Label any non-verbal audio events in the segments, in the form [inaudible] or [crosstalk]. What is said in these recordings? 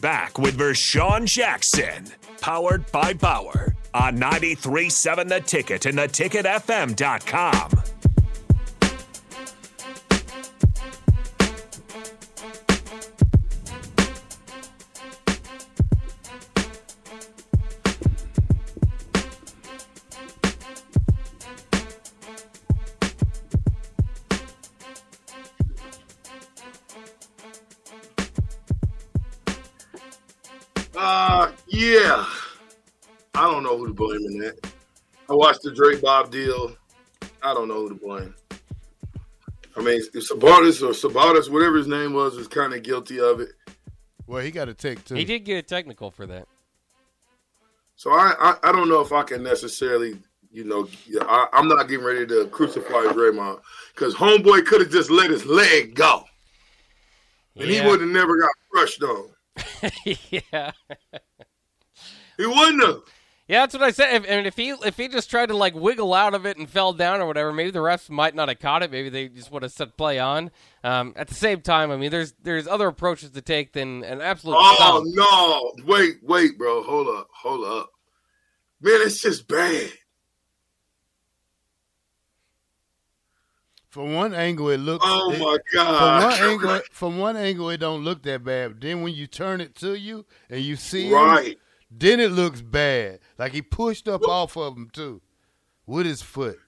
back with Vershawn Jackson, powered by Bauer on 937 The Ticket and theticketfm.com. Uh, yeah. I don't know who to blame in that. I watched the Drake Bob deal. I don't know who to blame. I mean, if Sabatis or Sabatis, whatever his name was, was kind of guilty of it. Well, he got a tick too. Hmm. He did get a technical for that. [laughs] So I, I, I don't know if I can necessarily, you know, I, I'm not getting ready to crucify Draymond because homeboy could have just let his leg go, and he Yeah. would have never got crushed on. yeah. He wouldn't have. Yeah, that's what I said. If, and if he if he just tried to like wiggle out of it and fell down or whatever, maybe the refs might not have caught it. Maybe they just would have set play on. Um, at the same time, I mean, there's there's other approaches to take than an absolute. Oh foul. no! Wait, wait, bro. Hold up, hold up, man. It's just bad. From one angle, it looked. Oh it- my From god! one angle, from one angle, it don't look that bad. But then when you turn it to you and you see, [laughs] him, right? then it looks bad. Like he pushed up off of him too, with his foot.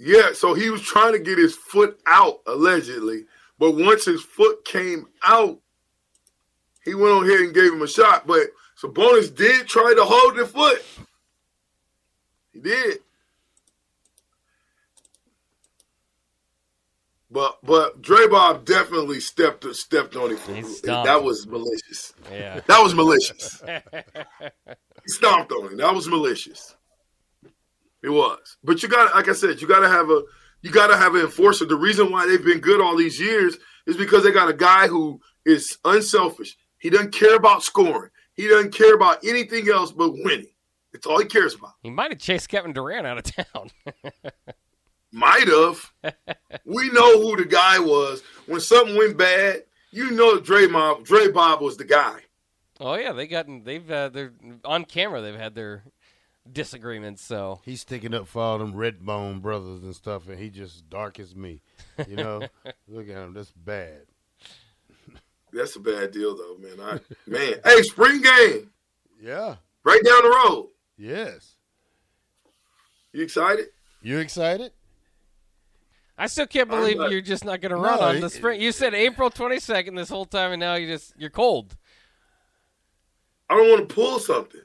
Yeah. So he was trying to get his foot out allegedly, but once his foot came out, he went on here and gave him a shot. But Sabonis did try to hold the foot. He did. But but Dre Bob definitely stepped stepped on it. He stomped. That was malicious. Yeah. That was malicious. he stomped on him. That was malicious. It was. But you got like I said, you gotta have a you gotta have an enforcer. The reason why they've been good all these years is because they got a guy who is unselfish. He doesn't care about scoring. He doesn't care about anything else but winning. It's all he cares about. He might have chased Kevin Durant out of [laughs] town. Might have. we know who the guy was. When something went bad, you know Draymond, Dre Bob was the guy. oh yeah, they gotten they've uh, they're on camera. They've had their disagreements. So He's sticking up for all them red bone brothers and stuff, and he just dark as me. [laughs] You know, look at him. That's bad. That's a bad deal though, man. I man. Hey, spring game. Yeah. right down the road. Yes. You excited? You excited? I still can't I'm believe not- you're just not going to run No, on it- the spring. You said April 22nd this whole time, and now you just you're cold. I don't want to pull something.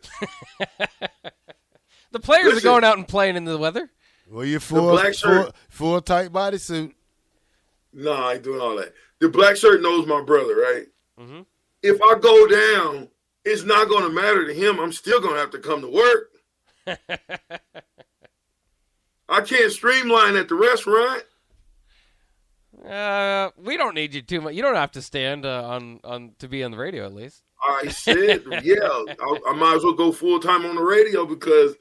The players are Listen. going out and playing in the weather. Well, you full, black full, shirt. full tight bodysuit. Nah, I ain't doing all that. The black shirt knows my brother, right? Mhm. If I go down, it's not going to matter to him. I'm still going to have to come to work. [laughs] I can't streamline at the restaurant. Uh, we don't need you too much. You don't have to stand uh, on on to be on the radio at least. I said, yeah, I, I might as well go full time on the radio because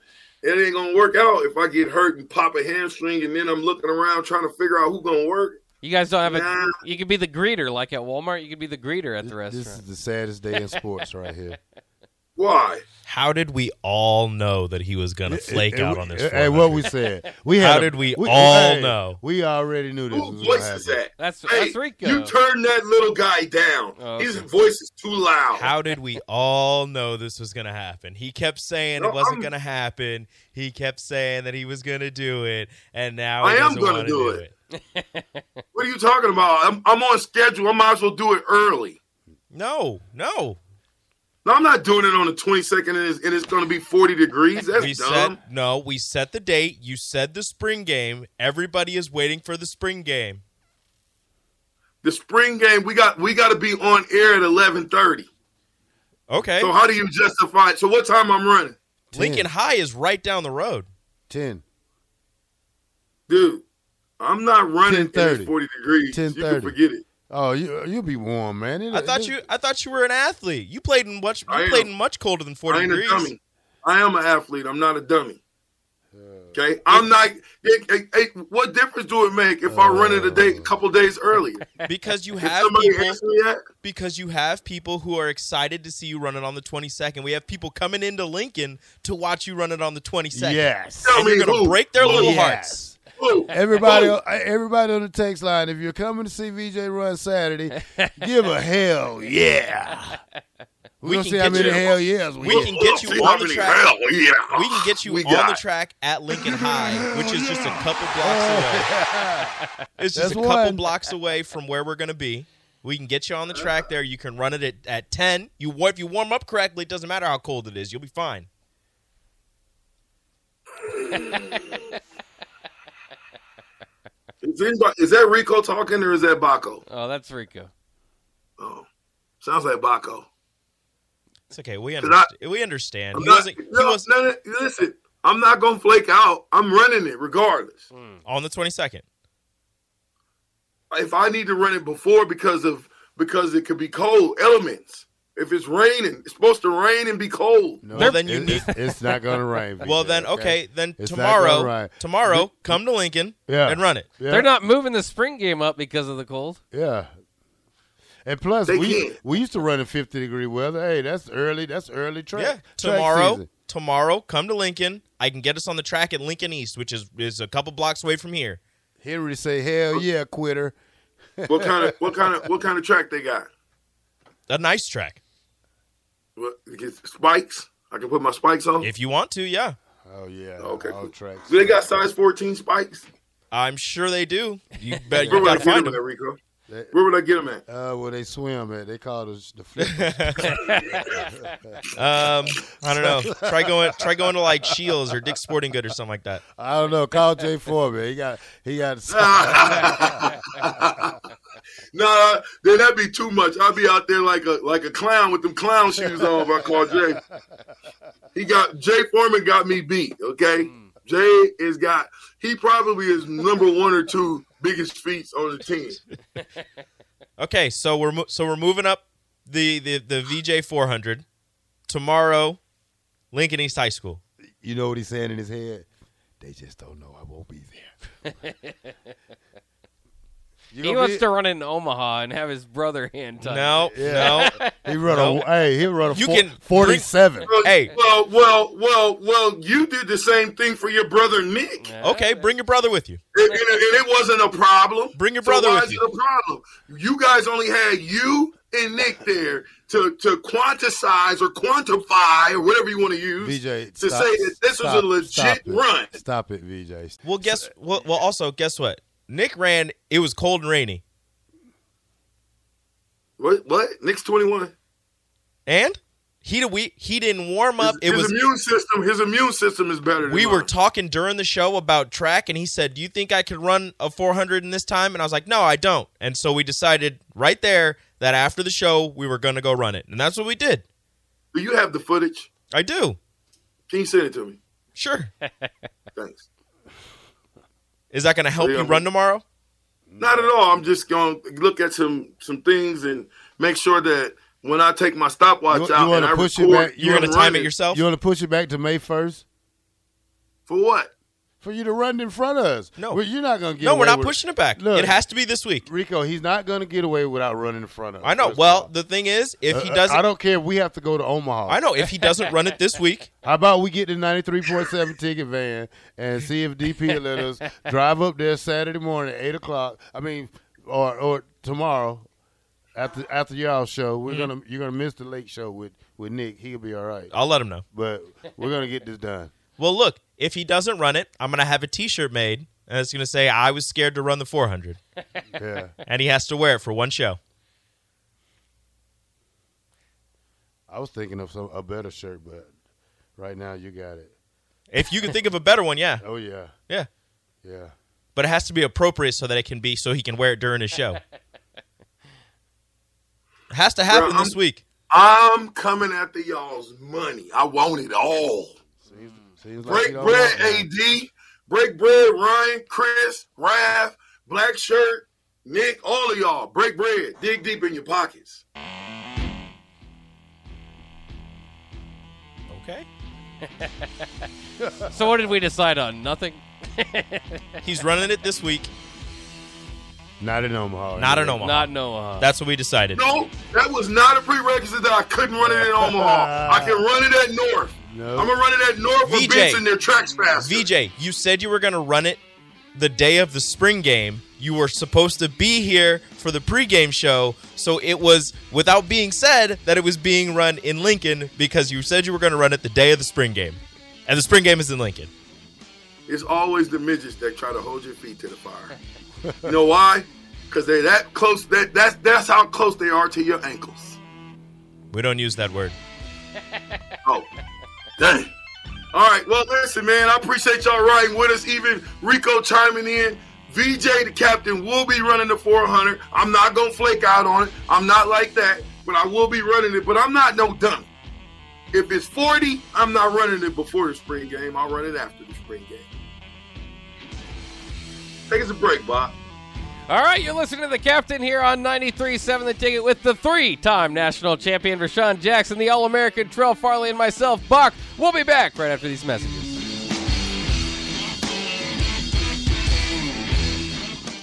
it ain't going to work out if I get hurt and pop a hamstring and then I'm looking around trying to figure out who's going to work. You guys don't have a. Nah. You could be the greeter, like at Walmart. You could be the greeter at the This, this is restaurant. the saddest day in sports right here. Why? How did we all know that he was going to flake And- out and on this? we- And what we 400? said, we How had a- did we all hey, know? We already knew this. Whose was voice gonna is happen. that? That's Hey, that's Rico. you turn that little guy down. Oh, His okay. voice is too loud. How did we all know this was going to happen? He kept saying No, it wasn't I'm- going to happen. He kept saying that he was going to do it, and now I he am doesn't gonna want to do do it. it. What are you talking about? I'm, I'm on schedule. I might as well do it early. No, no. No, I'm not doing it on the 22nd, and it's, and it's going to be 40 degrees. That's we dumb. said no. We set the date. You said the spring game. Everybody is waiting for the spring game. the spring game, we got we got to be on air at 11:30. Okay. So how do you justify it? So what time I'm running, Lincoln High is right down the road. Ten. dude? I'm not running. And 10:30. it's 40 degrees. You can 10:30. forget it. Oh, you you'll be warm, man. It- I thought it- you. I thought you were an athlete. You played in much. I You played am. in much colder than I forty ain't a degrees. dummy. I am an athlete. I'm not a dummy. Okay, I'm not. it- it- it- what difference do it make if I run it a day, a couple days [laughs] earlier? because you [laughs] If have somebody people asks me that, because you have people who are excited to see you run it on the 22nd. We have people coming into Lincoln to watch you run it on the 22nd. Yes. [laughs] Tell And you're me going who. to break their Who? little Yes. hearts. Who? Everybody, uh, Who? everybody on the text line, if you're coming to see VJ run Saturday, give a hell yeah. We're We gonna can see how get many you- hell yeahs we, we get. can get you See on how the many- track. Hell, yeah. We can get you We on the got- track [laughs] at Lincoln High, which is just a couple blocks away. It's That's just a couple Oh, one. blocks away from where we're going to be. We can get you on the track there. You can run it at, at 10. You wa- if you warm up correctly, it doesn't matter how cold it is. You'll be fine. Is, anybody, is that Rico talking or is that Baco? Oh, that's Rico. Oh, sounds like Baco. It's okay. We Did I- understand. we understand. I'm He not- wasn't, he no, was no, no, listen, I'm not gonna flake out. I'm running it regardless. on the 22nd. If I need to run it before because of because it could be cold elements. If it's raining, it's supposed to rain and be cold. No, Well, then you it- it's, it's not going to [laughs] rain. Well, VJ, then, okay. Then It's not tomorrow, gonna ride. tomorrow, come to Lincoln Yeah. and run it. Yeah, They're not moving the spring game up because of the cold. Yeah. And plus, They we can't. we used to run in 50 degree weather. Hey, that's early. That's early track. Yeah. track Tomorrow, season. tomorrow, come to Lincoln. I can get us on the track at Lincoln East, which is is a couple blocks away from here. Henry say, "Hell yeah, quitter." What kind of what kind of what kind of track they got? A nice track, What, it gets spikes? I can put my spikes on. if you want to. Yeah, Oh yeah. Okay, All cool. tracks. Do they got size 14 spikes? I'm sure they do. You bet Where would you I gotta get them find at, them. Rico? They- Where would I get them at? Uh, where they swim at? They call it [laughs] the flip. Um, I don't know. Try going, try going to like Shields or Dick's Sporting Good or something like that. I don't know. Call Jay Foreman. He got [laughs] he got Nah, then that'd be too much. I'd be out there like a like a clown with them clown shoes on if I called Jay. He got Jay Foreman got me beat, okay? Jay is got he probably is number one or two biggest feats on the team. Okay, so we're mo- so we're moving up the the the VJ 400 tomorrow, Lincoln East High School. you know what he's saying in his head? They just don't know I won't be there. [laughs] You He gonna wants be- to run in Omaha and have his brother hand tied. No, Yeah. no. He run a hey. He run a You four- can bring- forty-seven. Well, Hey. well, well, well, well, you did the same thing for your brother Nick. [laughs] Yeah. Okay, bring your brother with you. It- it- it wasn't a problem. Bring your So brother why with is you. it a problem? You guys only had you and Nick there to to quantize or quantify or whatever you want to use VJ to stop- say that this stop- was a legit stop it. run. Stop it, VJ. Well, guess well, well. Also, guess what? Nick ran. It was cold and rainy, What? What? Nick's twenty one. and he did we he didn't warm His, up. It his was immune system. His immune system is better. Than we mine. were talking during the show about track, and he said, "Do you think I could run a 400 in this time?" And I was like, "No, I don't." And so we decided right there that after the show we were going to go run it, and that's what we did. Do you have the footage? I do. Can you send it to me? Sure. Thanks. Is that going to help Yeah. you run tomorrow? Not at all. I'm just gonna look at some some things and make sure that when I take my stopwatch You- you out and wanna I push it record, back- You're when going to I'm time it running- yourself. You want to push it back to May first for what? for you to run in front of us? No. Well, you're not going to get. No, we're away not with- pushing it back. Look. It has to be this week. Rico, he's not going to get away without running in front of. us. I know. first of Well, all. the thing is, if he Uh, uh, doesn't, I don't care. if We have to go to Omaha. I know if he doesn't run it this week, How about we get the 93.7 ticket van and see if DP will let [laughs] us drive up there Saturday morning at 8 o'clock. I mean, or or tomorrow after after y'all show. Mm-hmm. We're gonna you're gonna miss the late show with with Nick. He'll be all right, I'll let him know. but we're gonna get this done. Well, look, if he doesn't run it, I'm going to have a T-shirt made, and it's going to say, "I was scared to run the 400," [laughs] Yeah, and he has to wear it for one show. I was thinking of some a better shirt, but right now you got it. If you can think of a better one, yeah, Oh yeah, yeah, yeah. but it has to be appropriate so that it can be so he can wear it during his show. It has to happen Bro, I'm- this week. I'm coming after y'all's money. I want it all. Seems, seems like Break you don't bread, want that. AD. Break bread, Ryan, Chris, Raph, Black Shirt, Nick, all of y'all. Break bread. Dig deep in your pockets. Okay. So what did we decide on? Nothing. He's running it this week, Not in Omaha. not in anyway. Omaha. Not in Omaha. That's what we decided. No, that was not a prerequisite that I couldn't run it in Omaha. I [laughs] can run it at North. No. I'm gonna run it at North where VJ. Ben's in their tracks faster. VJ, you said you were going to run it the day of the spring game. You were supposed to be here for the pregame show, so it was without being said that it was being run in Lincoln because you said you were going to run it the day of the spring game. And the spring game is in Lincoln. It's always the midgets that try to hold your feet to the [laughs] fire. you know why? Because they're that close. That that's that's how close they are to your ankles. We don't use that word. Oh, dang. All right. Well, listen, man. I appreciate y'all riding with us. Even Rico chiming in. VJ, the captain, will be running the 400. I'm not gonna flake out on it. I'm not like that, but I will be running it. But I'm not no dummy. If it's 40, I'm not running it before the spring game. I'll run it after the spring game. Take us a break, Bob. All right, you're listening to the captain here on 93.7 The Ticket with the three-time national champion Rashawn Jackson, the All-American Trell Farley, and myself, Buck. We'll be back right after these messages.